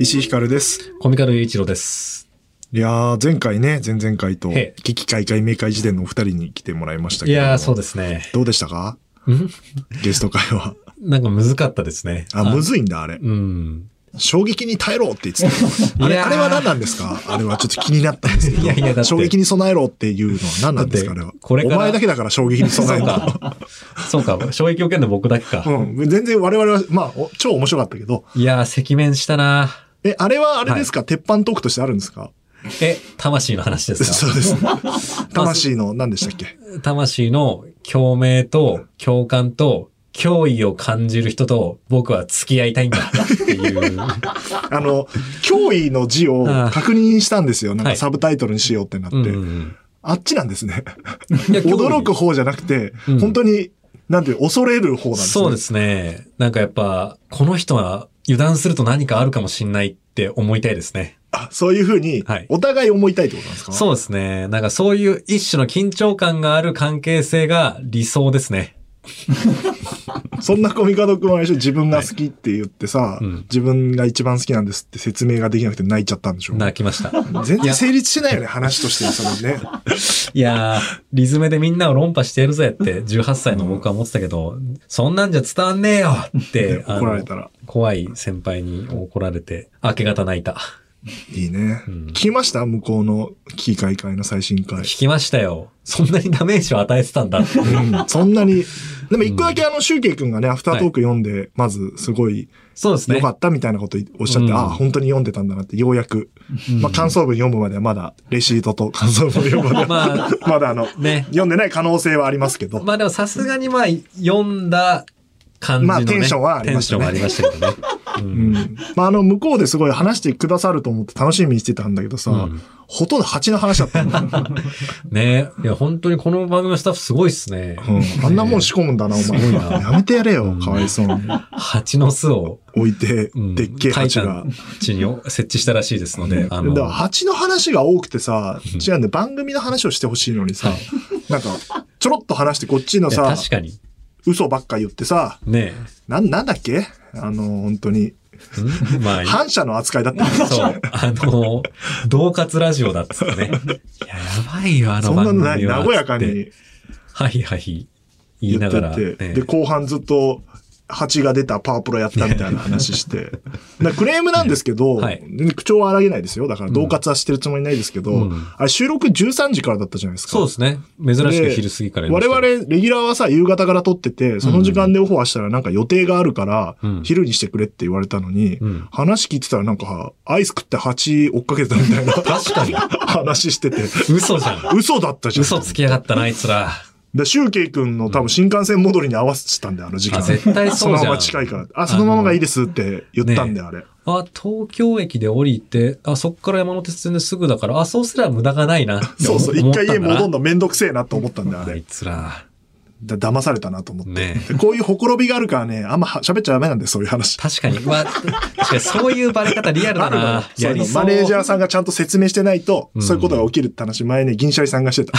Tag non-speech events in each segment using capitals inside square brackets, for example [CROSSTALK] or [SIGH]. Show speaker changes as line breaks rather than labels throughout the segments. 石井ひかるです。
コミカルイチロです。
いやー、前回ね、前々回と、
へえ
危機開会明快時点のお二人に来てもらいました
い
けど。
やー、そうですね。
どうでしたか
ん
ゲスト会は。
なんか難かったですね。
あ、むずいんだ、あれ。
うん。
衝撃に耐えろって言ってた。あ
い
れ、
やー
あれは何なんですかあれはちょっと気になったんですけど。
いやいやだって
衝撃に備えろっていうのは何なんですかあれ
だっ
は
て。これから
お前だけだから衝撃に
そう
備えろ。
か。そう [LAUGHS] か。衝撃を受けるの僕だけか。
うん。全然我々は、まあ、お超面白かったけど。
いやー、赤面したな
え、あれはあれですか、鉄板トークとしてあるんですか
え、魂の話です
そ
か
うです。
[LAUGHS]
魂の何でしたっけ
魂の共鳴と共感と脅威を感じる人と僕は付き合い [LAUGHS] たいんだっていう。
あの、脅威の字を確認したんですよ。なん
は
か
い
サブタイトルにしようってなって。
うんうん
あっちなんですね。
うん、いや
驚く方じゃなくて、
うん
本当に、なんていう、恐れる方なんですね。
そうですね。なんかやっぱ、この人は油断すると何かあるかもしんないって思いたいですね。
あそういうふうに
はい、
お互い思いたいってことなんですか、
そうですね。なんかそういう一種の緊張感がある関係性が理想ですね。
そんなコミカド君は一緒に自分が好きって言ってさ、
いうん
自分が一番好きなんですって説明ができなくて泣いちゃったんでしょ
泣き
[LAUGHS]
ました。
全然成立しないよね、話としてそれね。
いやー、リズムでみんなを論破してやるぜって18歳の僕は思ってたけど、そんなんじゃ伝わんねえよ
[LAUGHS]
って、 [LAUGHS] あの
怒られたら。
怖い先輩に怒られて、明け方泣いた。
いいね。
うん
聞きました向こうのキー開会の最新回。
聞きましたよ。そんなにダメージを与えて
[LAUGHS]
たんだって。
うんそんなに。でも一個だけあの、シュウケイ君がね、アフタートーク読んで、まずすごい
そうです
良
ね
か。ったみたいなことおっしゃって、
うん
ああ、本当に読んでたんだなって、ようやく。まあ、感想文読むまではまだ、レシートと感想文読むまでは、
[LAUGHS] まあ、
まだあの、
ね。
読んでない可能性はありますけど。
まあでもさすがにまあ、読んだ感じの、
まあ
ね、
テンションはありましたね
テンションはありましたけどね。う
うんん。まあ、あの、向こうですごい話してくださると思って楽しみにしてたんだけどさ、
うん
ほとんど蜂の話だった
[LAUGHS]
んだ、
ねいや、本当にこの番組のスタッフすごいっすね。
うんあんなもん仕込むんだな、お前。
すごいな
やめてやれ
う
よ、
ん
かわいそうに。
蜂の巣を、
置いて、
うん
でっけえ蜂が。
地に設置したらしいですので、あ
だ
の、
から蜂の話が多くてさ、
うん
違うんで番組の話をしてほしいのにさ、
はい
なんか、ちょろっと話してこっちの
いや
さ、
確かに。
嘘ばっか言ってさ、
ね
なん、なんだっけあの、本当に、
んまあ、
反射の扱いだったよね
[LAUGHS] そう。あの、同活ラジオだっつってね。いや、やばいよ、あの
そん
番
な
組
の
は。
ない、和やか
つって。
に
はいはい。言い
言
な
っ
が
て
ら、
て、
ね
で、後半ずっと、蜂が出たパワープロやったみたいな話して。だ
[LAUGHS]
からクレームなんですけど、
はい
全然口調は荒げないですよ。だから、同活はしてるつもりないですけど、
うん
あれ収録13時からだったじゃないですか。
そうですね。珍しく
で
昼過ぎからやりま
我
した
々、レギュラーはさ、夕方から撮ってて、その時間でオファーしたらなんか予定があるから、
うん
昼にしてくれって言われたのに、
うん
話聞いてたらなんか、アイス食って蜂追っかけてたみたいな
[LAUGHS] 確かに。
話してて、
嘘じゃん。
嘘だったじゃん。
嘘つきやがったな、あいつら。
で、シュウケイ君の多分新幹線戻りに合わせてたんだよ、あの時間。
あ絶対そうじゃ
の
ん
まま近いから。あ、そのままがいいですって言ったんだよ、あれ。
あ、東京駅で降りて、あ、そっから山手線ですぐだから、あ、そうすれば無駄がないなって
そ
思
うそう、一回家戻ん
ん
の
だ
めんどくせえなと思ったんだよ、あ
な。あ
れ
い。つら。
だ騙されたなと思って。
ねえ
でこういうほころびがあるからね、あんまは喋っちゃダメなんで、そういう話。
確かに。まあ、確かにそういうバレ方リアルだ
あ
[LAUGHS] な。
るのよ
や
そういう
り
の
そう。
マネージャーさんがちゃんと説明してないと、
うん
そういうことが起きるって話、前ね、銀シャリさんがして
[LAUGHS]
た。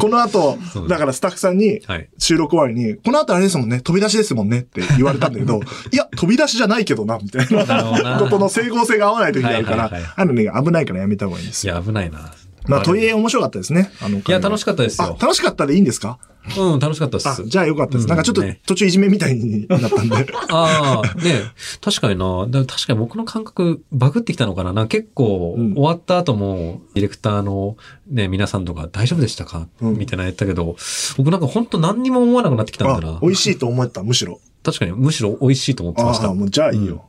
この後
そう、です
だからスタッフさんに、
はい。
収録終わりに、この後あれですもんね、飛び出しですもんねって言われたんだけ
[LAUGHS]
ど、いや、飛び出しじゃないけどな、みたいな
なるほどな
ことの整合性が合わない時があるから
はいはいはい、
あのね、危ないからやめた方がいいんです
い
よ。
や、危ないな。
まあ、問い
え
え面白かったですね。あの
いや、楽し
かっ
かったです
あ
よ、。
楽しかったでいいんですか
うん、楽しかったで
あ
す、。
じゃあよかったです。
うん
なんかちょっと
ね
途中いじめみたいにな
[LAUGHS]
ったんで。
ああ、ね確かにな。でも確かに僕の感覚、バグってきたのかな。なんか結構、
うん
終わった後も、ディレクターのね、皆さんとか、大丈夫でしたか、
うん
みたいなのやったけど、僕なんか本当何にも思わなくなってきたんだ
あ
な、
美。味しいと思った、むしろ。
確かに、むしろ美味しいと思ってまし
あ
た
あ、。もうじゃあいいよ。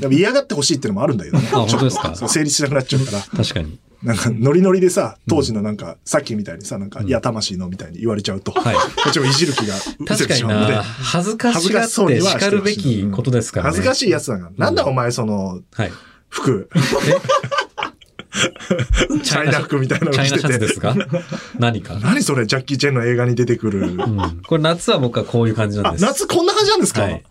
でも嫌がってほしいってのもあるんだけどね。
[LAUGHS] あ本当です
ち
か
ょっとそう成立しなくなっちゃうから。
確かに。
なんかノリノリでさ、当時のなんか、さっきみたいにさ、なんか、いや、魂のみたいに言われちゃうと、
はい
こっちもいじる気が失せ
確
て
か
し
に
まうので
な。。恥ずかしがって叱るべきことですからね。
恥ずか
し
しいやつだから。なんだお前、その、
い。はい。
服、チャイナ服みたいなの
チャ
着
イナ
て
シャツで
て。
すか何か。
何それ、ジャッキー・チェンの映画に出てくる。
うん。これ夏は僕はこういう感じなん
あ
で、す。
夏こんな感じなんですか
はい。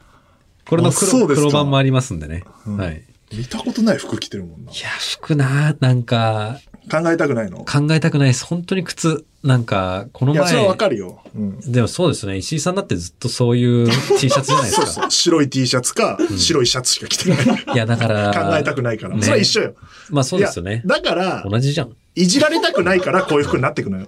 これの
あそう
黒
ですか
黒版もありますんでね。
ん
はい。
見たことない服着てるもんな。
いや、服な、なんか、
考えたくないの
考えたくないです。本当に靴、なんか、この
いや、それはわ
前、
かるよ。うん。
でもそうですね、石井さんだってずっとそうい
[LAUGHS]
う T シャツじゃないです
そう
か。
そう。白い T シャツか、
ん
白いシャツしか着てない。
いや、だから、
考えたくないから。
ね
それは一緒よ。
まあそうですよね
い。やだから、
同じじゃん。
いじられたくないからこういう服になってくのよ。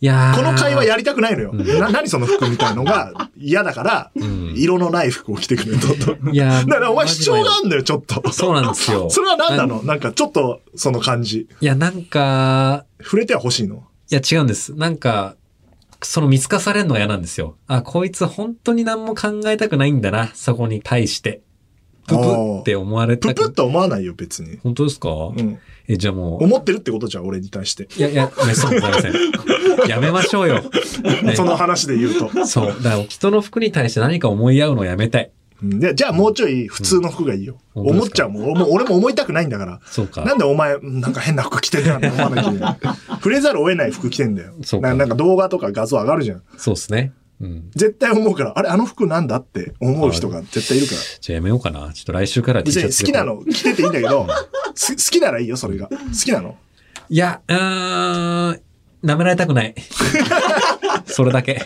いやー
この会話やりたくないのよ。
うん
な、何その服みたいのが嫌だから、
ん
色のない服を着てくれと。どんどん
いやー
だからお前主張があんのよ、ちょっと。
そうなんですよ。
[LAUGHS] それは何なのなんかちょっと、その感じ。
いや、なんか、
触れては欲しいの。
いや、違うんです。なんか、その見透かされるのが嫌なんですよ。あ、こいつ本当に何も考えたくないんだな、そこに対して。ププって思われ
プ
た
プ
く
ッと思わないよ、別に。
本当ですか、
うん。
え、じゃあもう。
思ってるってことじゃん、俺に対して。
いやいや、めそうございません。
[LAUGHS]
やめましょうよ。ね
その話で言うと。
そう。だから人の服に対して何か思い合うのをやめたい。
うんでじゃあもうちょい普通の服がいいよ。
うん本
思
当
っ
です
ちゃ
か
うもん。俺も俺も思いたくないんだから。
そうか。
なんでお前、うんなんか変な服着てるなんて思わなきゃ
[LAUGHS]
いけない。触れざるを得ない服着てんだよ。
そうか
ななんか動画とか画像上がるじゃん。
そうですね。うん。
絶対思うから、あれ、あの服なんだって思う人が絶対いるから。
じゃあやめようかな。ちょっと来週から
別
T シ
に
ャツ
好きなの着てていいんだけど、 [LAUGHS] す好きならいいよ、それ
[LAUGHS]
が。好きなの。
いや、うーん、舐められた
[LAUGHS]
くない。それだけ。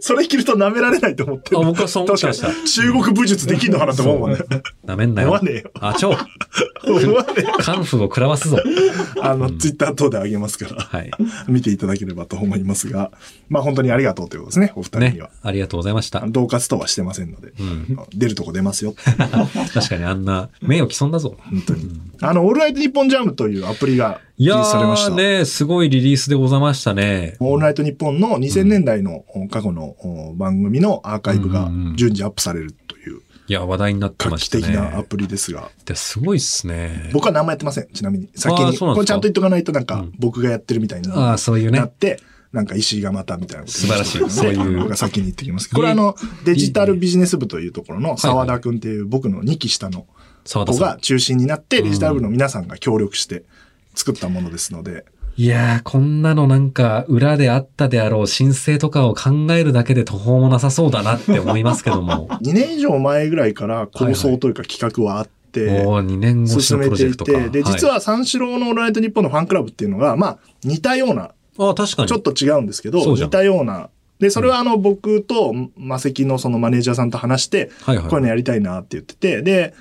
それ着ると舐められないと思って
あ、
る。
僕はそう思っ
確
て
か
ま
に
した。
中国武術できんのかなって思うもんね。
舐めんな
思
よ
わ。ねえよ。
あ、超
思わねえよ。
カンフーを食らわ
[LAUGHS]
すぞ。
あの、ツイッター等であげますから、
はい。
見ていただければと思いますが、まあ本当にありがとうということですね、お二人に
ね
は。。
ありがとうございました。
同活とはしてませんので、
うん。
出るとこ出ますよ。
確かにあんな、名誉毀損だぞ。
本当に。あの、オールナイトニッポンジャムというアプリが
い
リリ
や
ースされまし
ー
た。
ね、すごいリリースでございましたね。
オールナイトニッポンの2000年代の過去のお番組のアーカイブが
うんうん
順次アップされるという
いや、話題になって
画
まし
期
た
的
ね。
なアプリですが、
ですごいっすね。
僕は何もやってません、ちなみに。先
あー
に。
そうなんですか
これちゃんと言っとかないとなんか
うん
僕がやってるみたいに
あ
な
あ、そういうね
っ。て、なんか石井がまたみたいなこと
素晴らしい
言ってたので
そういう
僕が先に言ってきます。これはあの、デジタルビジネス部というところの沢田くんっていう僕の2期下の
沢田
子
さ
が
ん。
中心になって、デジタル部の皆さんが協力して作ったものですので、
いやー、こんなのなんか、裏であったであろう申請とかを考えるだけで途方もなさそうだなって思いますけども。
2年以上前ぐらいから構想というか企画はあって、
もう2年越し
進
の
め
プロジ
て
ェ
い
クトか。
て、で、実は三四郎のオールナイトニッポンのファンクラブっていうのが、まあ、似たような、
い、ああ、確かに。
ちょっと違うんですけど、
そうじゃん
似たような、で、それはあの、僕と、マセキのそのマネージャーさんと話して、
はいはい。
こういうのやりたいなって言ってて、で、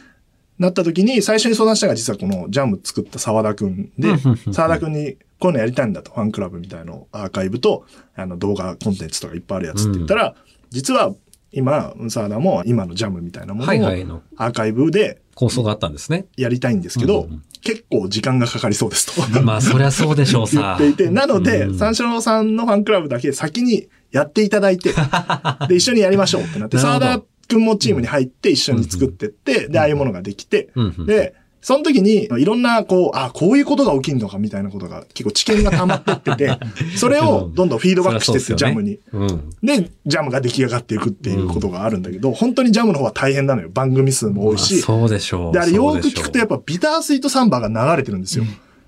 なった時に最初に相談したのが実はこのジャム作った沢田くん
うん
で
うんう、ん
沢田くんにこういうのやりたいんだと、ファンクラブみたいのアーカイブと、あの動画コンテンツとかいっぱいあるやつって言ったら、実は今、沢田も今のジャムみたいなも
はい
のを
はいの
アーカイブで
構想があったんですね。
やりたいんですけど、
うんうんうん
結構時間がかかりそうですと
まあ、そりゃそうでしょう
[LAUGHS] 言
さ
っ。ていて、なので、
うん
三四郎さんのファンクラブだけ先にやっていただいて、
[LAUGHS]
で、一緒にやりましょうってなって、
なるほ
沢
ど
田くんもチームに入って一緒に作ってって、で、ああいうものができて、
うんうん
で、その時に、いろんな、こう、あ、こういうことが起きんのかみたいなことが、結構知見が溜まってって
[LAUGHS]
て、それをどんどんフィードバックしてっ
そ
て、
りゃ
ジ
そうですよ
ャ
ね
ムに。
うん。
で、ジャムが出来上がっていくっていうことがあるんだけど、本当にジャムの方は大変なのよ。番組数も多い
まあ
し。
そうでしょう。
で、あれよーく聞くとやっ
ぱ。
ぱビタースイートサンバが流れてるんですよ。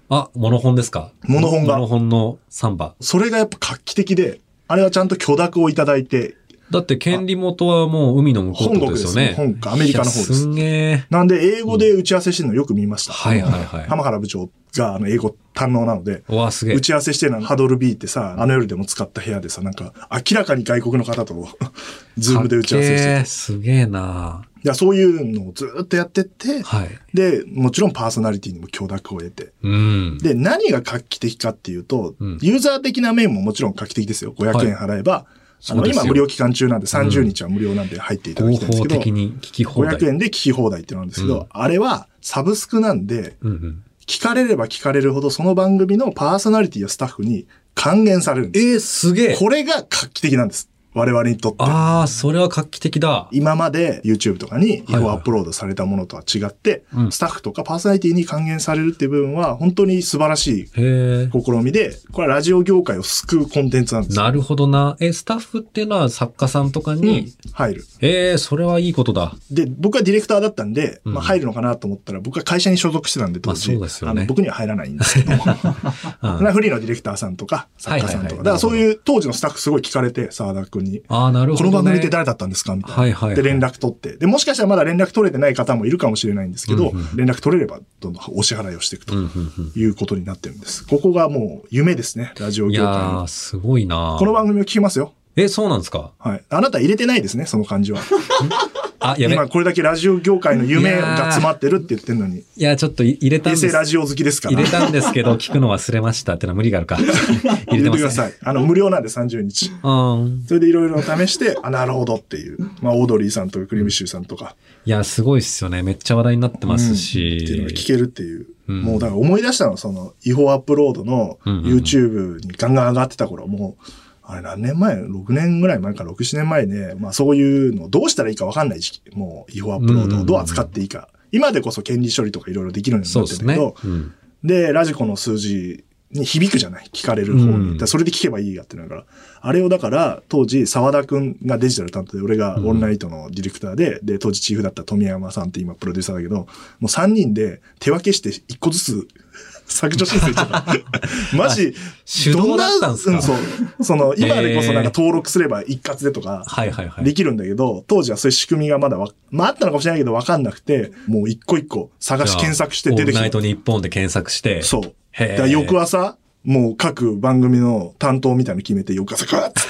あ、モノホンですか
モノホンが
モノホンのサンバ。
それがやっぱ画期的で、あれはちゃんと許諾をいただいて、
だって権利元はもう海の向こうってことですよね。
本国ですね本国アメリカの方です
いやすんげえ。
なんで英語で打ち合わせしてるのよく見ました。
はいはいはい
浜原部長があの英語堪能なので、
うわ、すげえ
打。ち合わせしてるのはハドル B ってさ、あの夜でも使った部屋でさ、なんか明らかに外国の方と [LAUGHS] ズームで打ち合わせして
か
て
っけーすげえな。
いや、そういうのをずーっとやってって、
はい。
で、もちろんパーソナリティにも許諾を得て。
うん。
で、何が画期的かっていうと、
うん
ユーザー的な面ももちろん画期的ですよ。500円払えば、あ
そう
の、
ですよ
今無料期間中なんで30日は無料なんで入っていただ
合
きたいんです
法
けど、
的に聞き放題。
500円で聞き放題ってのなんですけど、
うん
あれはサブスクなんで、
うんうん。
聞かれれば聞かれるほどその番組のパーソナリティやスタッフに還元されるん
え
で
ー、すげえ
す。。これが画期的なんです。我々にとって。
ああ、それは画期的だ。
今まで YouTube とかに違
はい
法
はい
アップロードされたものとは違って、
うん
スタッフとかパーソナリティに還元されるっていう部分は本当に素晴らしい
へえ。
試みで、これはラジオ業界を救うコンテンツなんです。
なるほどな。え、スタッフっていうのは作家さんとかに、
入る。
えー、それはいいことだ。
で、僕はディレクターだったんで、
うん
まあ入るのかなと思ったら、僕は会社に所属してたんで、当時、
まあそうですよね
の僕には入らないんですけ [LAUGHS] ども、
[LAUGHS] うん
まあフリーのディレクターさんとか、作家さんとか、
はいはいはい
だからそういう当時のスタッフすごい聞かれて、沢田君に。
ああ、なるほ
こ
ど、
の番
ね。
組って誰だったんですかみたいな。
はいはいはい
で、連絡取って。で、もしかしたらまだ連絡取れてない方もいるかもしれないんですけど、
うんうん
連絡取れればどんどんお支払いをしていくと
うんうん
いうことになってるんです。ここがもう夢ですね、ラジ
う
オ
ん。い
業
や
界の
ー、。すごいな
この番組を聞きますよ。
え、そうなんですか
はい。あなた入れてないですね、その感じは。
あ、やべ。
今これだけラジオ業界の夢が詰まってるって言ってるのに、
いや、ちょっとい入れたん
平
です
成ラジオ好きですから。
入れたんですけど、
[LAUGHS]
聞くの忘れましたってのは無理があるか。入れて
入れ
ま
てくだ
す、ね。
さい。あの、無料なんで30日。
うん。
それでいろいろ試して、あ、なるほどっていう。まあ、オードリーさんとかクリームシューさんとか。
いや、すごいっすよね。めっちゃ話題になってます
っていうのが聞
し。
けるっていう。
うん
もうだから思い出したの、その違法アップロードの
うんうんうん
YouTube にガンガン上がってた頃、もう、あれ何年前 ?6 年ぐらい前か、6、7年前で、まあそういうのどうしたらいいか分かんない時期、もう違法アップロードをどう扱っていいか。今でこそ権利処理とかいろいろできるように
そ
な
う
っ
で
て
す
るけ
ね
ど、。
うん
で、ラジコの数字に響くじゃない聞かれる方に。
うん
だからそれで聞けばいいやってなるから。あれをだから、当時、沢田くんがデジタル担当で、俺がオンラインとのディレクターで、で、当時チーフだった富山さんって今プロデューサーだけど、もう3人で手分けして1個ずつ [LAUGHS] 削除申請して
[LAUGHS]
た。マジ、
手動だったんすか
どなうん、そう。その、今でこそなんか登録すれば一括でとか、
はいはいは
で
い。
きるんだけど、当時はそういう仕組みがまだわ、まああったのかもしれないけど分かんなくて、もう一個一個探し検索して出てき
オールナ
た
イ。ト日本で検索して。
そう。
へー
だから翌朝、もう各番組の担当みたいなの決めて、翌朝、ガーッつ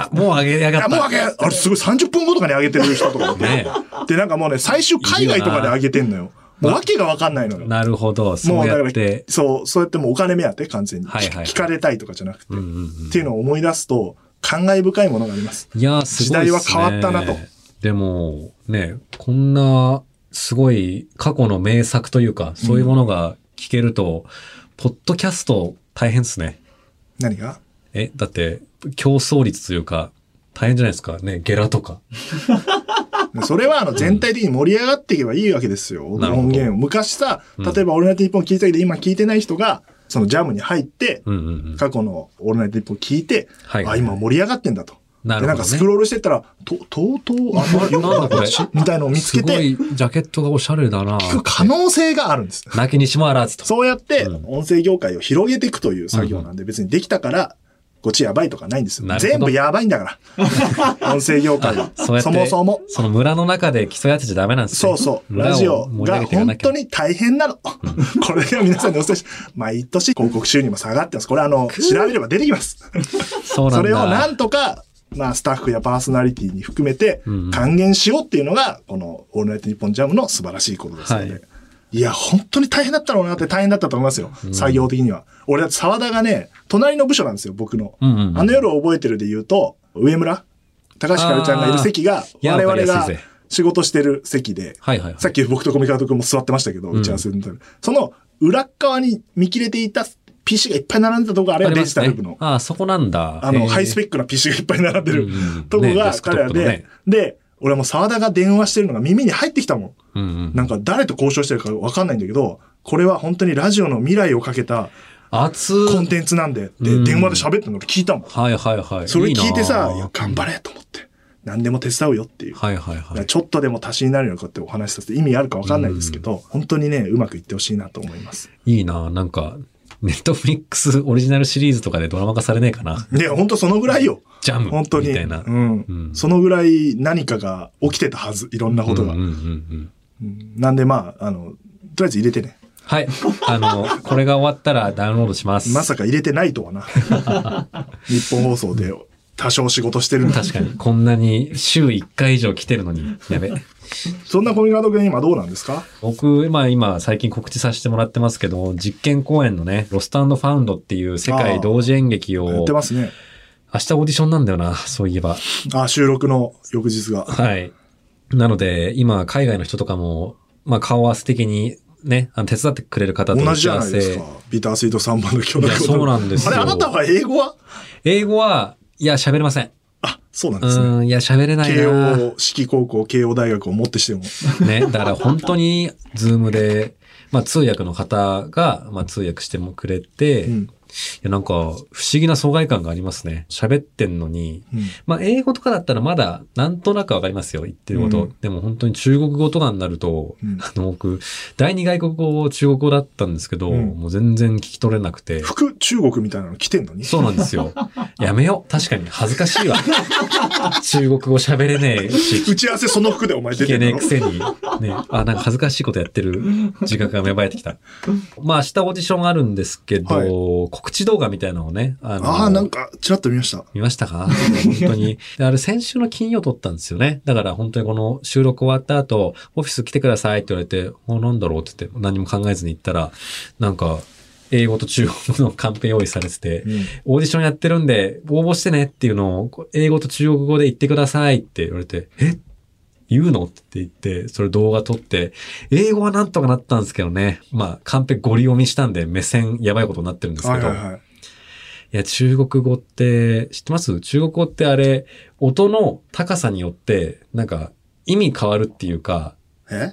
あ、もう上 [LAUGHS] げやが
あ
っ
もう上
た。
げ、あれすごい30分後とかに上げてる人とかいて
ね
で、なんかもうね、最終海外とかで上げてんのよ。もう訳がわかんないのよ。
なるほど。そ
も
う
うだか
やっ
ら
て、。
そう、そうやってもうお金目当て、完全に。
はいはいはい
聞かれたいとかじゃなくて。
うんうんうん
っていうのを思い出すと、感慨深いものがあります。
いやー、すごいっ
時代
すね。
は変わったなと。
でも、ね、こんな、すごい過去の名作というか、そういうものが聞けると、ポッドキャスト大変ですね。
何
[LAUGHS]
が
え、だって、競争率というか、大変じゃないですか。ね、ゲラとか。
でそれはあの全体的に盛り上がっていけばいいわけですよ、
なるほ
音
ど
源を。昔さ、例えば「オールナイトニッポン」聞いてたけど、今聞いてない人が、そのジャムに入って、
うんうんうん。
過去の「オールナイトニッポン」聞いて、
はい
あ、今盛り上がってんだと。
なるほどね
でなんかスクロールしてったら、と、とうとう、あんまりよく
[LAUGHS] なんだこれ
しみたいのを見つけ
すご
て、
いジャケットがおしゃれだな。
聞く可能性があるんです。
泣きにしもあらずと。
そうやって
うん、
音声業界を広げていくという作業なんで、別にできたから、こっちやばいとかないんですよ
な。るほど
全部やばいんだ
[LAUGHS]
から。音声業界は。
そうやっ
そ
て、
もそも。
その村の中で競い合ってちゃダメなんです
そ
よ。
うそう。
村を
ラジオ
盛り
が
上げていかな
本
きゃ
当に大変なの。 [LAUGHS] これが皆さんにお伝えし、毎年広告収入も下がってます。これあの、調べれば出てきます。
そうなんだ。
それをなんとか、まあ、スタッフやパーソナリティに含めて
うんうん
還元しようっていうのが、この、オールナイトニッポンジャムの素晴らしいことですので。
はい
いや、本当に大変だったろうなって大変だったと思いますよ。作業的には。俺だって沢田がね、隣の部署なんですよ、僕の。
うんうんうん
あの夜を覚えてるで言うと、上村、高橋かるちゃんがいる席が、
あ
我
ー
々
いやわかりやすい
が
ぜ
仕事してる席で、
はいはいはい。
さっき僕とコミカート君も座ってましたけど、打ち合わせの時その裏っ側に見切れていた PC がいっぱい並んでたとこがあれ
あ
は
り
デ
ま
ジ
す
タ
ね
ル部の。
ああ、そこなんだ。
あ
へ
の、
ー
ハイスペックな PC がいっぱい並んでる
うんうん
とこ
ね
が
デスクト
彼
ッ
ら
プの
で
ね、
で、俺はもう沢田が電話してるのが耳に入ってきたもん。
うんうん
なんか誰と交渉してるかわかんないんだけど、これは本当にラジオの未来をかけた
熱
コンテンツなんで、で、
うん
電話で喋ってるの俺聞いたもん。
はいはいはい。
それ聞いてさ、
ない
や
あ、
頑張れと思って。何でも手伝うよっていう。
はいはい
だ
は
から
い。
ちょっとでも足しになるのかってお話しさせて意味あるかわかんないですけど、本当にね、うまくいってほしいなと思います。
いいななんか、ネットフリックスオリジナルシリーズとかでドラマ化されねえかな。
いや、本当そのぐらいよ。
ジャム
本当に。
みたいな。
うん。
うん
そのぐらい何かが起きてたはず。いろんなことが。
うんうんうんうん
うんなんでまあ、あの、とりあえず入れてね。
はい。あの、これが終わったらダウンロードします。
まさか入れてないと
[LAUGHS]
はな。日本放送で多少仕事してるんだ。
確かに。こんなに週1回以上来てるのに。やべ。
そんなコミカド君今どうなんですか
僕、まあ今最近告知させてもらってますけど、実験公演のね、ロストファウンドっていう世界同時演劇を、
やっ
明
て
日オ
ますね。
ーディションなんだよな、そういえば。
あ、収録の翌日が。
はい。なので、今、海外の人とかも、まあ、顔合わせ的にね、あの手伝ってくれる方と
同
打
じじ
ち合
ゃ
わ
ないです
せ
か。。ビタースイート3番の今日の
いやそうなんですよ
あれ、あなたは英語は
英語は、いや、喋れません。
あ、そうなん
う
ですね。
ん、いや、喋れない
慶
な。
応、四季高校、慶応大学をもってしても。
ね、だから本当に、ズームで、まあ、通訳の方が、まあ、通訳してもくれて、
うん
や、なんか、不思議な疎外感がありますね。喋ってんのに。
うん
まあ、英語とかだったらまだ、なんとなくわかりますよ、言ってること。
うん
でも本当に中国語とかになると、
うん
あの、僕、第二外国語、中国語だったんですけど、
うん
もう全然聞き取れなくて。
服中国みたいなの着てんのに。
そうなんで
[LAUGHS]
すよ。やめよう。確かに恥ずかしいわ。中国語喋れねえし、
打ち合わせその服でお前出て
聞け
ん
ね
だ
え
ろ
く。せに。ね。あ、なんか恥ずかしいことやってる自覚が芽生えてきた。まあ、明日オーディションあるんですけど、
はい
告知動画みたいなのをね、あの、
ああ、なんか、ちらっと見ました。
見ましたか本当に。であれ、先週の金曜撮ったんですよね。だから本当にこの収録終わった後、オフィス来てくださいって言われて、おなんだろうって言って、何も考えずに行ったら、なんか、英語と中国語のカンペ用意されてて、オーディションやってるんで、応募してねっていうのを、こう英語と中国語で言ってくださいって言われて、え言うのって言って、それ動画撮って、英語はなんとかなったんですけどね。まあ、カンペゴリ読みしたんで、目線やばいことになってるんです
はい
けど。
はい
い
はい。
や、中国語って、知ってます中国語ってあれ、音の高さによって、なんか、意味変わるっていうか、
え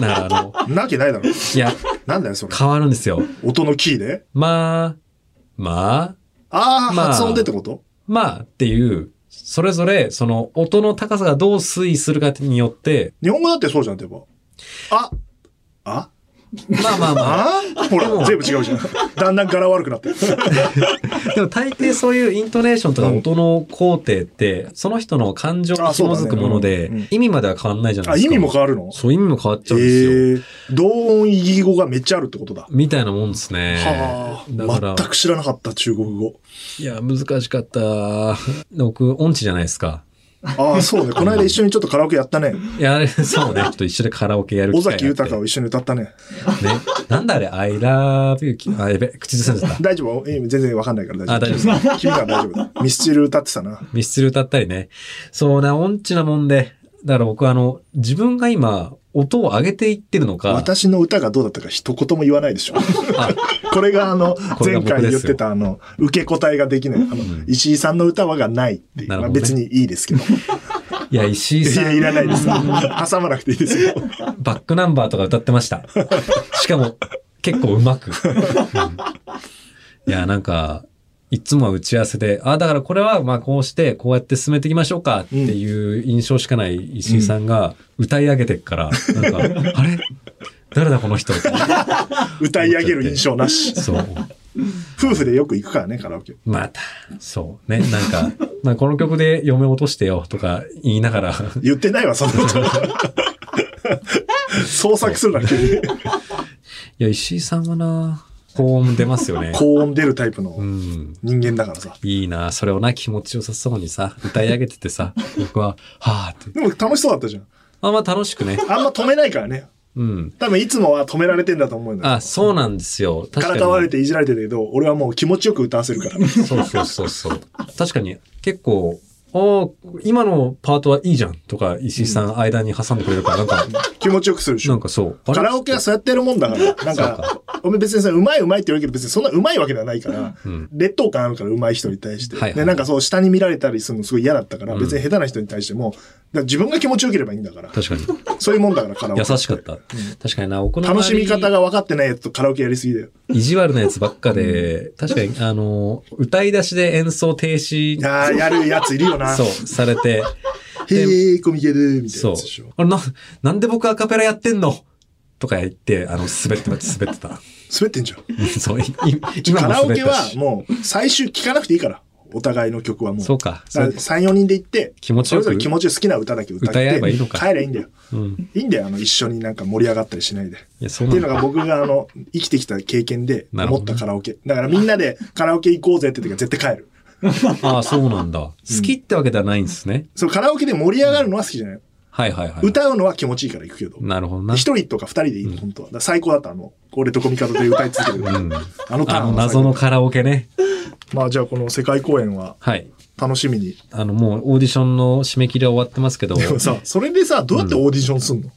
なんかあの、
なわけないだろ。
いや、
なんだよ、それ。
変わるんですよ。
音のキーで
まあ、まあ、
ああ、
まあ
発音でってこと
まあっていう、それぞれその音の高さがどう推移するかによって、
日本語だってそうじゃん、例えば。あ、あ、
まあまあま
[LAUGHS]
あ、
あほら
でも、
全部違うじゃん。だんだん柄悪くなってる。
でも大抵そういうイントネーションとか
うん
音の工程って、その人の感情に紐づくもの
あそうだ
で
ねうんうん、
意味までは変わんないじゃない
あ、
です
意
か。
味も変わるの
そう、意味も変わっちゃうんですよ。
ええ同音異義語がめっちゃあるってことだ。
みたいなもんですね。
は
だから
あ、、全く知らなかった、中国語。
いや、難しかった。僕、音痴じゃないですか。
ああ、そうね。この間一緒にちょっとカラオケやった
[LAUGHS]
ね。
いや、あれそう [LAUGHS] ね。ちょっと一緒でカラオケやる
尾
機会があって
崎豊を一緒に歌ったね。
ね。なんだあれ ?I love you. あ、やべ、口ずさんじゃった。
大丈夫え全然わかんないから
あ、
大
大
丈
丈夫ですか
夫。君なら大丈夫だ。ミスチル歌ってたな。
ミスチル歌ったりね。そうな、音痴なもんで。だから僕あの、自分が今、音を上げていってるのか、
私の歌がどうだったか一言も言わないでしょ。
あ
これがあの、
これが
前
僕で
回
すよ
言ってたあの、受け答えができない。あの、
ん
石井さんの歌はがないっていう。
なる
ま
ほ
あ、
どね
別にいいですけど。い
いや、石井さ
や、
ん、
いらない
[LAUGHS]
です。挟まなくていいですよ。
バックナンバーとか歌ってました。しかも、結構うまく。うんいや、なんか、いつもは打ち合わせで、あ、だからこれは、まあこうして、こうやって進めていきましょうかっていう印象しかない石井さんが歌い上げてっから、なんか、あれ誰だこの人
歌い上げる印象な
[LAUGHS]
し。
そう。
夫婦でよく行くからね、カラオケ。
また、そうね、なんか、まあこの曲で嫁落としてよとか言いながら、
言ってないわ、そんな
[LAUGHS]
こと。創作するな、急に。
いや、石井さんはな、高音出ますよね。
高音出るタイプ
う
の
ん。
人間だからさ。
いいな、それをな、気持ちよさそうにさ、歌い上げてて
[LAUGHS]
さ、僕は、はぁって。
でも楽しそうだったじゃん。
あんまあ楽しくね。
あんま止めないからね。
うん。
多分いつもは止められてんだと思うんだよ。
あ、そうなんですよ。確
から
かに。
かわれていじられてるけど、俺はもう気持ちよく歌わせる
[LAUGHS]
から。
そうそうそうそう。確かに、結構、ああ、今のパートはいいじゃんとか、石井さん間に挟んでくれるから、なんか、
気持ちよくするでし
な
ょ
ん。かそう。あれ
カラオケはそうやってやるもん
[LAUGHS]
だから、なんか、おめ別にさ、うまいうまいって言われるけど、別にそんなうまいわけではないから、
うん
劣等感あるから、うまい人に対して。
はいはい
で、なんかそう、下に見られたりするのすごい嫌だったから、
うん
別に下手な人に対しても、だから自分が気持ちよければいいんだから、
確かに。
そういうもんだから、カラオケ
優
て。
しかった。確かにな、奥の周り
楽しみ方が分かってないやつとカラオケやりすぎだよ。
意地悪なやつばっかで、確かに、あの、歌い出しで演奏停止、
ああ、やるやついるよな。
[LAUGHS] そう、さ
[LAUGHS]
れて、
へえ、コミケルみたいな
そう
やつでしょ。。
あれな、なんで僕アカペラやってんのとか言って、あの、滑ってた、滑ってた。
滑ってんじゃん。
そう、い今
カ
も
ラオ
滑っ
ケ
た
は
し。
もう、最終聞かなくていいから。お互いの曲はもう。
そうか。そ
だ
う
から3、4人で行って、
気持ちよく
それぞれ気持ちよく好きな歌だけ歌って、
歌い合えばいいのか
帰りゃいいんだよ。
うん。
いいんだよ、あの、一緒になんか盛り上がったりしないで。
いや、そう
って
な
うん
い
の
だ。
が僕があの、生きてきた経験で
なるほ
思
ど
っ
ね
たカラオケ。だからみんなでカラオケ行こうぜって時は絶対帰る。
ああ、そうなんだ。好きってわけではないんですね。
そう、カラオケで盛り上がるのは好きじゃない。
はいはいはい。
歌うのは気持ちいいから行くけど。
なるほどな。
一人とか二人でいいの、本当は。だから最高だった、あの、俺とコミカドで歌い続け
[LAUGHS]
る。
うん。
あのター
あ
ン
の、
は最高
謎のカラオケね。
まあじゃあこの世界公演は
はい。
楽しみに。
あの、もうオーディションの締め切りは終わってますけど。
でもさ、それでさ、どうやってオーディションすんの、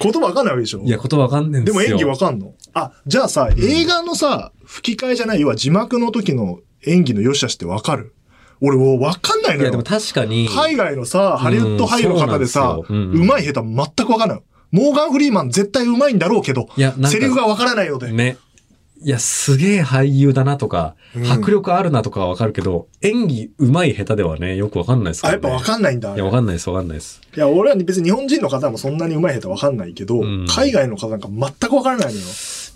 言葉わかんないわけでしょ
いや、言葉わかんねえん
で
で
すも
よ。
演技わかんのあ、じゃあさ、映画のさ、吹き替えじゃない、要は字幕の時の演技の良し悪しってわかる俺、もうわかんない
い
の
や、で
よ
も。確かに。
海外のさ、ハリウッド俳優の方でさ、
うんそうなんですよ
う
うん
まい下手全くわかんない。モーガン・フリーマン絶対うまいんだろうけど
いやなん、か
セリフがわからないので。
ね。いや、すげえ俳優だなとか、
うん
迫力あるなとかはわかるけど、演技上手い下手ではね、よくわかんないですか
あ、
ら、
やっ
ね。
ぱわかんないんだ。あ
いや、
れ
わかんないです、わかんないです。
いや、俺は別に日本人の方もそんなに上手い下手わかんないけど、
うん
海外の方なんか全くわからないのよ。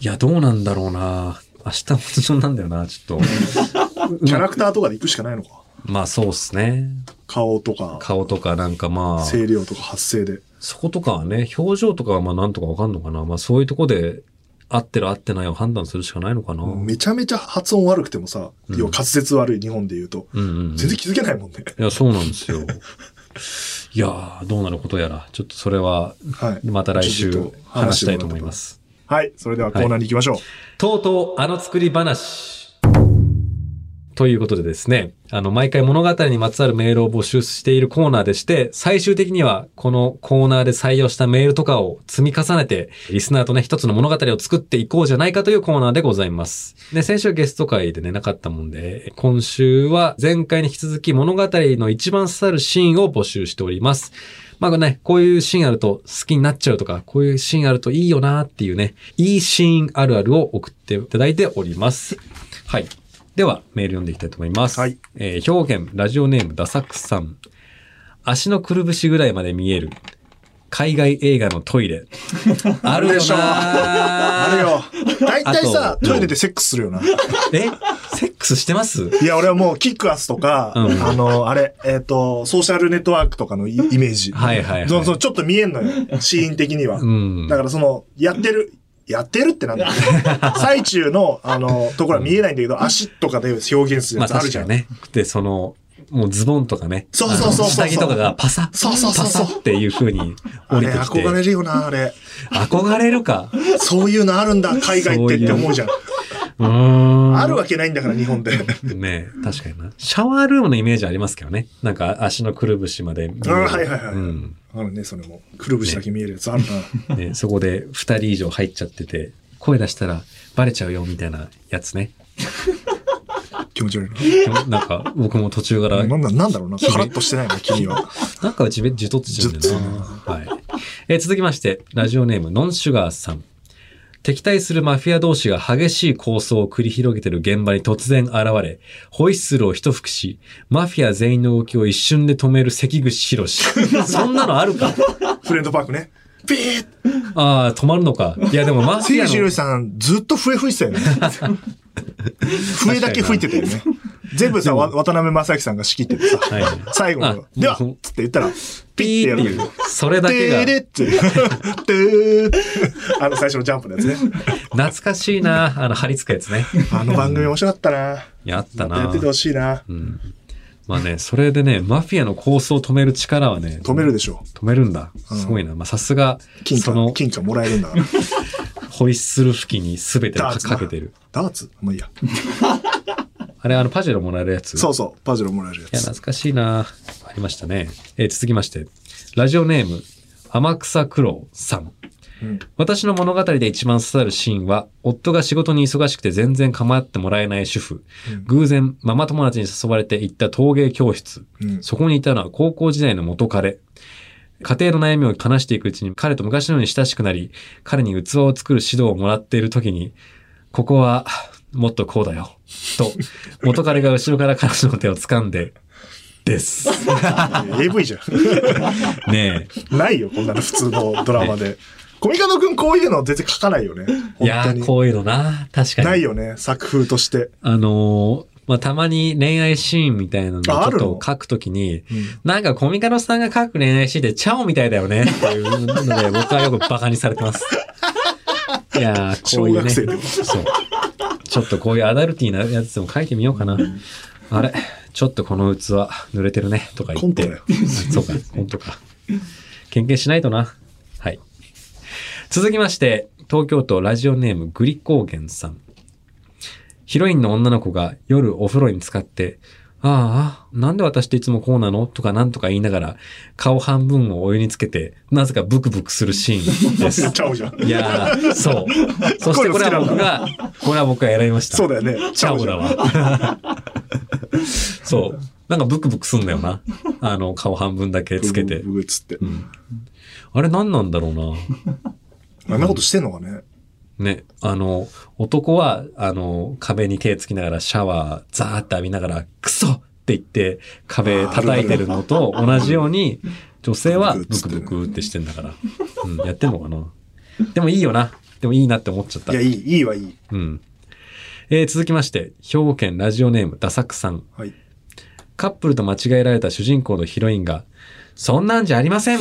いや、どうなんだろうな明日も一緒なんだよな、ち
[LAUGHS]
ょっと。
キャラクターとかで行くしかないのか。
まあ、そうっすね。
顔とか、
顔とかなんかまあ、
声量とか発声で。
そことかはね、表情とかはまあなんとかわかんのかな。まあそういうとこで合ってる合ってないを判断するしかないのかな。うん
めちゃめちゃ発音悪くてもさ、
うん
要は滑舌悪い日本で言うと、
うん。
全然気づけないもんね。 [LAUGHS]
いや、そうなんですよ。いやー、どうなることやら。ちょっとそれは、
はい。
また来週
ちょっと
話したいと思いま。す。
はい。それではコーナーに行きましょう。
とうとう、あの作り話。ということでですね、あの、毎回物語にまつわるメールを募集しているコーナーでして、最終的にはこのコーナーで採用したメールとかを積み重ねて、リスナーとね、一つの物語を作っていこうじゃないかというコーナーでございます。で、先週ゲスト会でね、なかったもんで、今週は前回に引き続き物語の一番刺さるシーンを募集しております。まあね、こういうシーンあると好きになっちゃうとか、こういうシーンあるといいよなっていうね、いいシーンあるあるを送っていただいております。はい。では、メール読んでいきたいと思います。
はい
えー表現、ラジオネーム、ダサクさん。足のくるぶしぐらいまで見える。海外映画の
[LAUGHS]
トイレ。あるよな
あれよ。大体
あ
さ、
と
トイレでセックスするよな。
えセックスしてます
いや、俺はもう、キックアスとか、
うん
あの、あれ、えっ、と、ソーシャルネットワークとかのイイメージ。
はいはいはい
そうそうちょっと見えんのよ。シーン的には。
うん。
だからその、やってる、やってるってなんだ
[LAUGHS]
よ最中の、あの、ところは見えないんだけど、足とかで表現するや
まあ
つある
確
じ
か
ゃん。
にね。で、その、もうズボンとかね。
そうそうそうそう
あの下着とかがパサッ、
そうそうそうそう
パサッっていう風に
あ
降り
れ、
てきて。
憧れるよな、あれ。
憧れるか。
そういうのあるんだ、海外ってって思うじゃん。
うーん。
[LAUGHS] あるわけないんだから、日本で。
ねえ確かにな。シャワールームのイメージありますけどね。なんか足のくるぶしまで見える。
うんはいはいはい
うん。
あるね、それも。くるぶしだけ見えるやつあるな。
[LAUGHS] ね、そこで二人以上入っちゃってて、声出したらバレちゃうよみたいなやつね。 [LAUGHS]
気持ち悪いな。
なんか僕も途中から
なんだ、なんだろうな。カラッとしてないな、君
[LAUGHS]
は。
なんか自分、自撮ってちゃうんだよな。はい。えー続きまして、ラジオネーム、ノンシュガーさん。敵対するマフィア同士が激しい抗争を繰り広げている現場に突然現れ、ホイッスルを一吹きし、マフィア全員の動きを一瞬で止める関口
[LAUGHS]
博士。そんなのあるか
フレンドパークね。ピーッ
ああ、止まるのか。いや、でもマフィ
聖
ア
司
の
郎さん、ずっと笛吹いてたよね。
[LAUGHS]
笛だけ吹いてたよね。全部さ、わ渡辺正行さんが仕切っててさ、
はい
最後の
あ、
では
もう
つって言ったら、
ピ
ピ
ー
ーっ
っ
てて
い
や
う
る。、
それだけ
テ
が
ーレ
[LAUGHS]
っていう。テーあの最初のジャンプのやつね。
懐かしいな。あの、張り付くやつね。
あの番組面白かったな。
やった
またや
な
って。てほしいな。
うん。まあね、それでね、マフィアの構想を止める力はね、
止めるでしょ
止めるんだ。
うん
すごいな。まあ、さすが
う。、金
そ
貨
の、、
金貨もらえるん
[LAUGHS]
だから。
ホイッスル付近に全てを
ダー
か
ツな
かけてる。
ダーツまあいいや。
あれ、あの、パジェロもらえるやつ。。
そううそう、パズルもらえる
いや、
やつ。
懐かしいな。ありましたね。えー続きまして、ラジオネーム、天草九郎さん。
うん
私の物語で一番刺さるシーンは、夫が仕事に忙しくて全然構ってもらえない主婦。
うん
偶然、ママ友達に誘われて行った陶芸教室。
うん
そこにいたのは高校時代の元彼。家庭の悩みを話していくうちに彼と昔のように親しくなり、彼に器を作る指導をもらっている時に、ここはもっとこうだよ。と、元彼が後ろから彼女の手を掴んで、
[LAUGHS]
です。
AV じゃん。
ね
[LAUGHS] ないよ、こんなの普通のドラマ
[LAUGHS]
で。コミカドくんこういうの全然書かないよね。
え。
本
いや
当
ー、
に。
こういうのな。確かに。
ないよね、作風として。
あのーまあ、たまに恋愛シーンみたいなのをち
ああ
ょっ
るの
と書くとき
う
に、
ん
なんかコミカドさんが書く恋愛シーンってチャオみたいだよねっていうので、僕はよくバカにされて
[LAUGHS]
ます。いやー、こういうね。
小学生でも
そう。ちょっとこういうアダルティーなやつでも書いてみようかな。あれ、ちょっとこの器濡れてるねとか
コ
言っ
ント
て。
だよ。
そうか、本
[LAUGHS]
当か。研究しないとな。はい。続きまして、東京都ラジオネームグリコーゲンさん。ヒロインの女の子が夜お風呂に浸かって、ああ、なんで私っていつもこうなのとかなんとか言いながら、顔半分をお湯につけて、なぜかブクブクするシーン
[LAUGHS]
で
ち [LAUGHS]
す。
ゃおじゃん。
いやー、そう。そしてこれは僕が、これは僕が選びました。
そうだよね。
チャオだわ。そう。なんかブクブクすんだよな。あの、顔半分だけつけて
ブ。ブブつって
う。んあれ何なんだろうな。
あんなことしてんのかね。
ね、あの、男は、あの、壁に手つきながらシャワーザーって浴びながら、クソって言って壁叩いてるのと同じように、女性はブクブクってしてんだから。うん、やってんのかなでもいいよな。でもいいなって思っちゃった
いや、。いい、いいはいい。
うん。えー続きまして、兵庫県ラジオネームダサクさん。
はい。
カップルと間違えられた主人公のヒロインが、そんなんじゃありません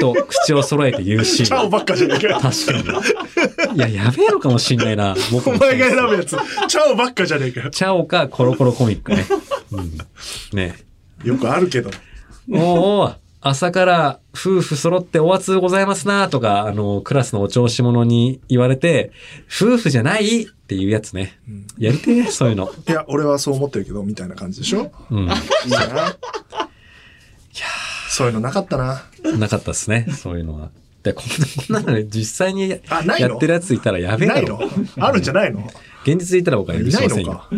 と口を揃えて言
[LAUGHS]
うシ
チャ
ー
オ
ン。
ばっかじゃね
[LAUGHS]
えかよ。
確かに。いや、やべえのかもしんないな。僕
お
も
前が選ぶやつ。チャオばっかじゃねえかよ。
チャオかコロコロコミッ
[LAUGHS]
クね。うん。ね
よくあるけど。
おーおー朝から夫婦揃ってお熱うございますなとか、あの、クラスのお調子者に言われて、夫婦じゃないっていうやつね。
うん
やりてえ、そういうの。
いや、俺はそう思ってるけど、みたいな感じでしょ
うん。
いいな。いやそういうのなかったな。
なかったっすね、そういうのは。で、こんな、こんなの実際にや
あないの
やってるやついたらやべえ
な
だ
い
ろ
の。あるんじゃないの
現実でいたら僕は許
い
し
ない
ません
の
よ
か。。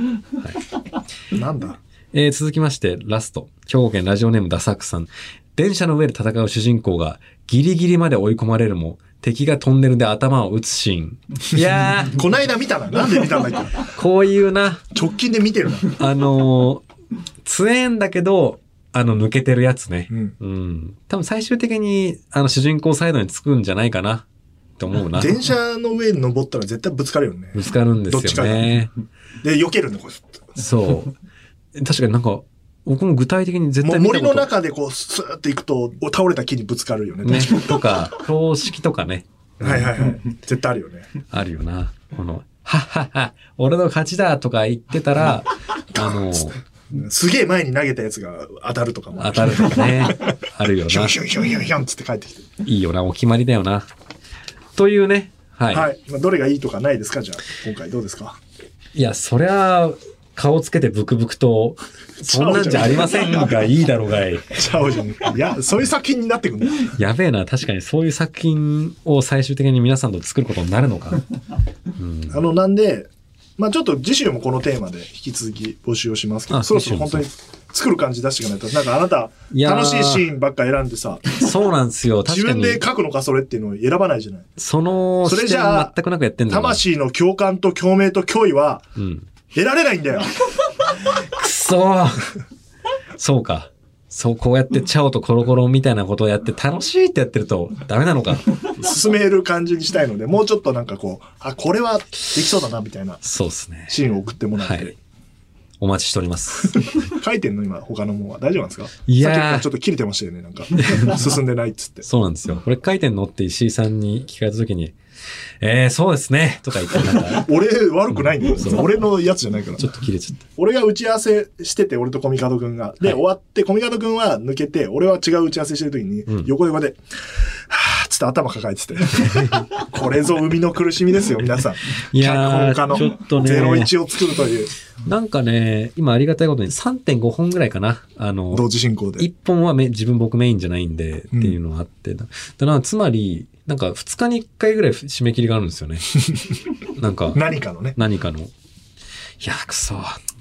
なんだ
えー続きまして、ラスト。兵庫県ラジオネームダサクさん。電車の上で戦う主人公がギリギリまで追い込まれるも、敵がトンネルで頭を打つシーン。いや
こないだ見たな。なんで見たんだっけ [LAUGHS]
ー、こういうな、
直近で見てるな。
あのー強えんだけど、あの、抜けてるやつね
う。ん。
うん。多分最終的に、あの、主人公サイドにつくんじゃないかな、と思うな。
電車の上に登ったら絶対ぶつかるよね。
ぶつかるんです
どっち
よ
か
ね。
で、避けるの、こう
そう。確かになんか、僕も具体的に絶
も
対
う
見た
森
こと
の中でこう、スーって行くと、倒れた木にぶつかるよね。
ね、とか、標識とかね、
はいはいはい。絶対あるよね。
あるよな。この、はっはっは、俺の勝ちだとか言って
[LAUGHS]
たら、あの、
すげえ前に投げたやつが当たるとかもあ
当
るし。
たるとかね、あるよ
ヒュ
な
ン。ヒュンヒュンヒュンヒュンつって帰ってきて。
いいよな、お決まりだよな。というね、はい。、
はいい。まあどれがいいとかないですかじゃあ、今回どうですか
や、そりゃ、顔つけてブクブクと、そんなんじゃありませんがいいだろうがい。
チャオじゃん。いや、そういう作品になってくんだ。
やべえな、確かにそういう作品を最終的に皆さんと作ることになるのか。うん
あの、なんで、まあちょっと次週もこのテーマで引き続き募集をしますけど、
あ
そろそろ本当に作る感じ出していかないと、なんかあなた、
いやー
楽しいシーンばっか選んでさ、
そうなんですよ。
自
確か
分
に。
で書くのかそれっていうのを選ばないじゃない。
その
それ
視
じ
点
ゃあ
全くなくやってんだよな。
魂の共感と共鳴と共意は
うん。
得られないんだよ。
くそーそうか。そう、こうやってチャオとコロコロみたいなことをやって楽しいってやってるとダメなのか。
進める感じにしたいので、もうちょっとなんかこう、あ、これはできそうだな、みたいな
そうですね。
シーンを送ってもらって。
はい。お待ちしております。
書いてんの今、他のもんは。大丈夫なんですか
いやー
さっきちょっと切れてましたよね、なん
[LAUGHS]
か。進んでないっつって。
そうなんですよ。これ書いてんのって石井さんに聞かれたときに、えー、そうですね。とか言って、なんか、
俺悪くないんだよ。俺のやつじゃないから
ち。ょっと切れちゃった。
俺が打ち合わせしてて、俺とコミカドくんが。で、
はい
終わって、コミカドくんは抜けて、俺は違う打ち合わせしてる時に、
うん
横でこうやって、はぁ、つって頭抱え
[LAUGHS]
てて。これぞ海の苦しみですよ、皆さん。
いやー
脚
ちょ
本
っ
家
と
の
ね
01を作るという、
なんかね、今ありがたいことに3.5本ぐらいかな。あの、
同時進行で
一。本はめ自分僕メインじゃないんでって
うん
いうのがあって、だだからつまりなんか2日に1回ぐらい締め切りがあるんです
[LAUGHS]
よねなんか
何かのね。
何かのいやくそ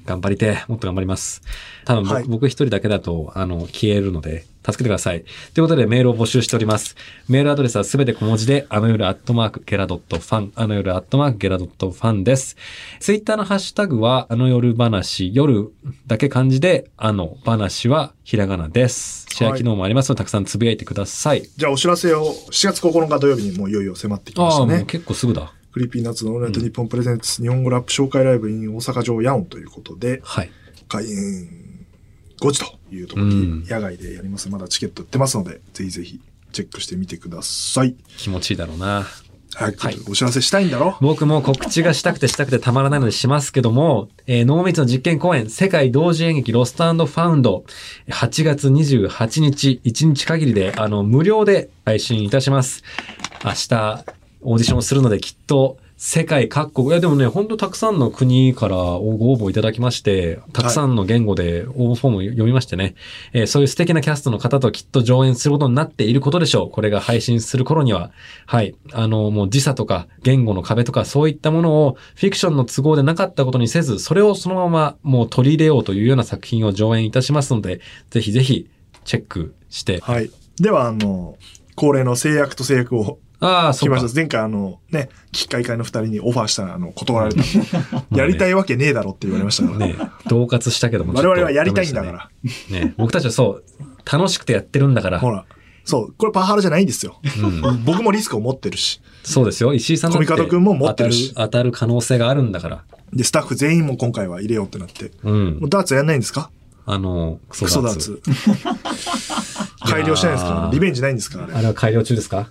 頑張りてえもっと頑張ります多分僕,、
はい
僕一人だけだとあの消えるので助けてくださいということでメールを募集しておりますメールアドレスはすべて小文字であの夜アットマークゲラドットファンあの夜アットマークゲラドットファンですツイッターのハッシュタグはあの夜話夜だけ漢字であの話はひらがなですシェア機能もありますのでたくさんつぶやいてください、
じゃあお知らせを、7月9日土曜日にもういよいよ迫ってきまし
あ
た
あも
ね
う。結構すぐだ
クリーピーナッツのオールナイトニッポンプレゼンツ、日本語ラップ紹介ライブ in 大阪城ヤオンということで、
はい
開演5時というところ
うん
に野外でやります。まだチケット売ってますので、ぜひぜひチェックしてみてください。
気持ちいいだろうな
早く
はい
お知らせしたいんだろ、
僕も告知がしたくてしたくてたまらないのでしますけども、えー、濃密の実験公演、世界同時演劇ロストファウンド、8月28日、1日限りで、あの、無料で配信いたします。明日、オーディションをするので、きっと、世界各国、いやでもね、ほんとたくさんの国からご応募いただきまして、たくさんの言語で応募フォームを読みましてね、えーそういう素敵なキャストの方ときっと上演することになっていることでしょう。これが配信する頃には。はい。あの、もう時差とか言語の壁とかそういったものをフィクションの都合でなかったことにせず、それをそのままもう取り入れようというような作品を上演いたしますので、ぜひぜひチェックして。
はい。では、あの、恒例の制約と制約を
ああ、そ
来
う
ま
か
し。た。前回あの、ね、機械会の二人にオファーしたら、あの、断られた。
[LAUGHS]
やりたいわけねえだろって言われましたから
ね、同活したけども。
[LAUGHS] 我々はやりたいんだ
ら
から。
ね、僕たちはそう、楽しくてやってるんだから。
ほら。そう。これパワハラじゃないんですよ。
うん、
僕もリスクを持ってるし。
そうですよ。石井さんだって
コミカド君も持ってるし
当たる、当たる可能性があるんだから。
で、スタッフ全員も今回は入れようってなって。
うん
もう。ダーツやんないんですか
あの、クソ
クソダ
ダ
ー
ー
ツ。
ツ。
[LAUGHS] 改良してないです
いや
か
ー
リベンジないんですかあれ
あれは改良中ですか、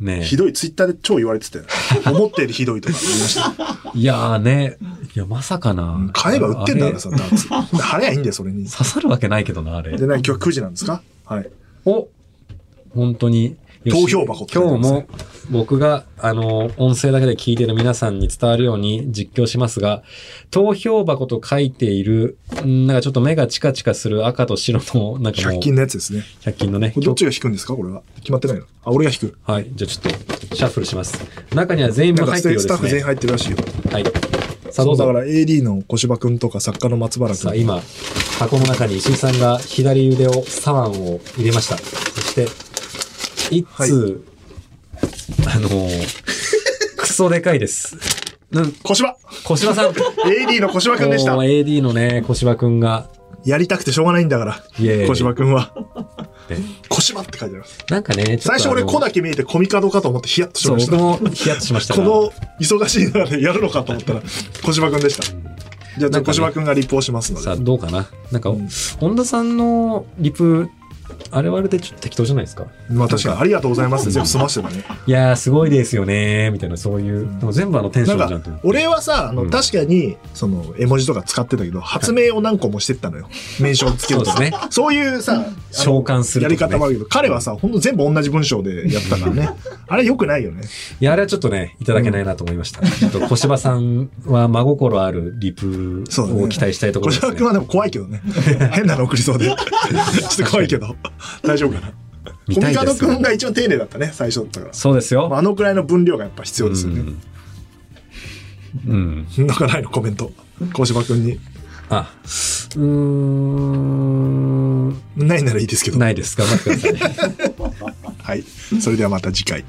ね
ひどい。ツイッターで超言われてたよ。思ったよりひどいとか言いま
[LAUGHS]
した。
え。いやーね。いや、まさかな。
買えば売ってんだからさ、
あ
ダーツ。早いいんだよ、それに
れ。刺さるわけないけどな、あれ
で、。なんか今日9時なんですかはい。
お本当に。よし
投票箱って書いてま
今日
す
も
ね
僕が、あの、音声だけで聞いてる皆さんに伝わるように実況しますが、投票箱と書いている、んなんかちょっと目がチカチカする赤と白の、なんかも
100
う、
均のやつですね。
100均のね
こ、れどっちが引くんですかこれは。決まってないのあ、俺が引く。
はい。じゃあちょっと、シャッフルします。中には全員
な
分
んか
入っ
ス
てる
テ
よ
ス
う
タッフ
です
全員
ね。
入ってるらしいよ。
はい。さあどう
だか
ぞ。
ら AD の小芝くんとか作家の松原く
さあ
ん。
今、箱の中に石井さんが左腕を、サワンを入れました。そして、一通、あのー、
[LAUGHS]
クソでかいです。うん、
小芝
小柴さん。
!AD の小芝くんでした
お。ー AD のね、小柴くんが、
やりたくてしょうがないんだから、
イエーイ
小芝くんは
え。
小芝って書いてあります。
なんか
最
ね、ちょっと
初
あの
俺、子だけ見えてコミカドかと思ってヒヤッとし
そう、
まし
僕
た。こ
もヒヤッとしましたが
の忙しい中でやるのかと思ったら、小芝くんでした。じゃあ、
なんかね
小芝くんが立法しますの
さあ、
で。
どうかな。なんか、
うん
本田さんのリプ、あれはあれでちょっと適当じゃないですか。
まあ確かに、ありがとうございます。全部済ましてたね。
いやー、すごいですよねー、みたいな、そういう。でも全部あのテン
な
ションじゃ
ん
んと
か
思っ、て。
俺はさ、あ
うん
の、確かに、その、絵文字とか使ってたけど、発明を何個もしてったのよ。名称つけると
そうですね
か。そういうさ、あの
召喚する
や
と
り
かね
方もあるけど、彼はさ、ほんと全部同じ文章でやったから [LAUGHS] ね。あれ良くないよね。
いや、あれはちょっとね、いただけないなと思いました。ちょっと小芝さんは真心あるリプ
そうだね
を期待したいとこ
小
ろ
島
ですね
君。はでも怖いけどね。変なの送りそうで。ちょっと怖いけど。大丈夫かな。
見
コ
た
ミ
い
カ
で
ド
すよ
君が一番丁寧だったね、最初だったから。
そうですよ。
まああのくらいの分量がやっぱ必要ですよね。
うん。うん。
なんかないのコメント。小島君に。
あ、うーん。
ないならいいですけど。
ないです。頑張ってくださ
はい。それではまた次回。
い。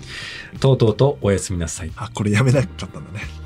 とうとうとおやすみなさい。
あ、これやめなかったんだね。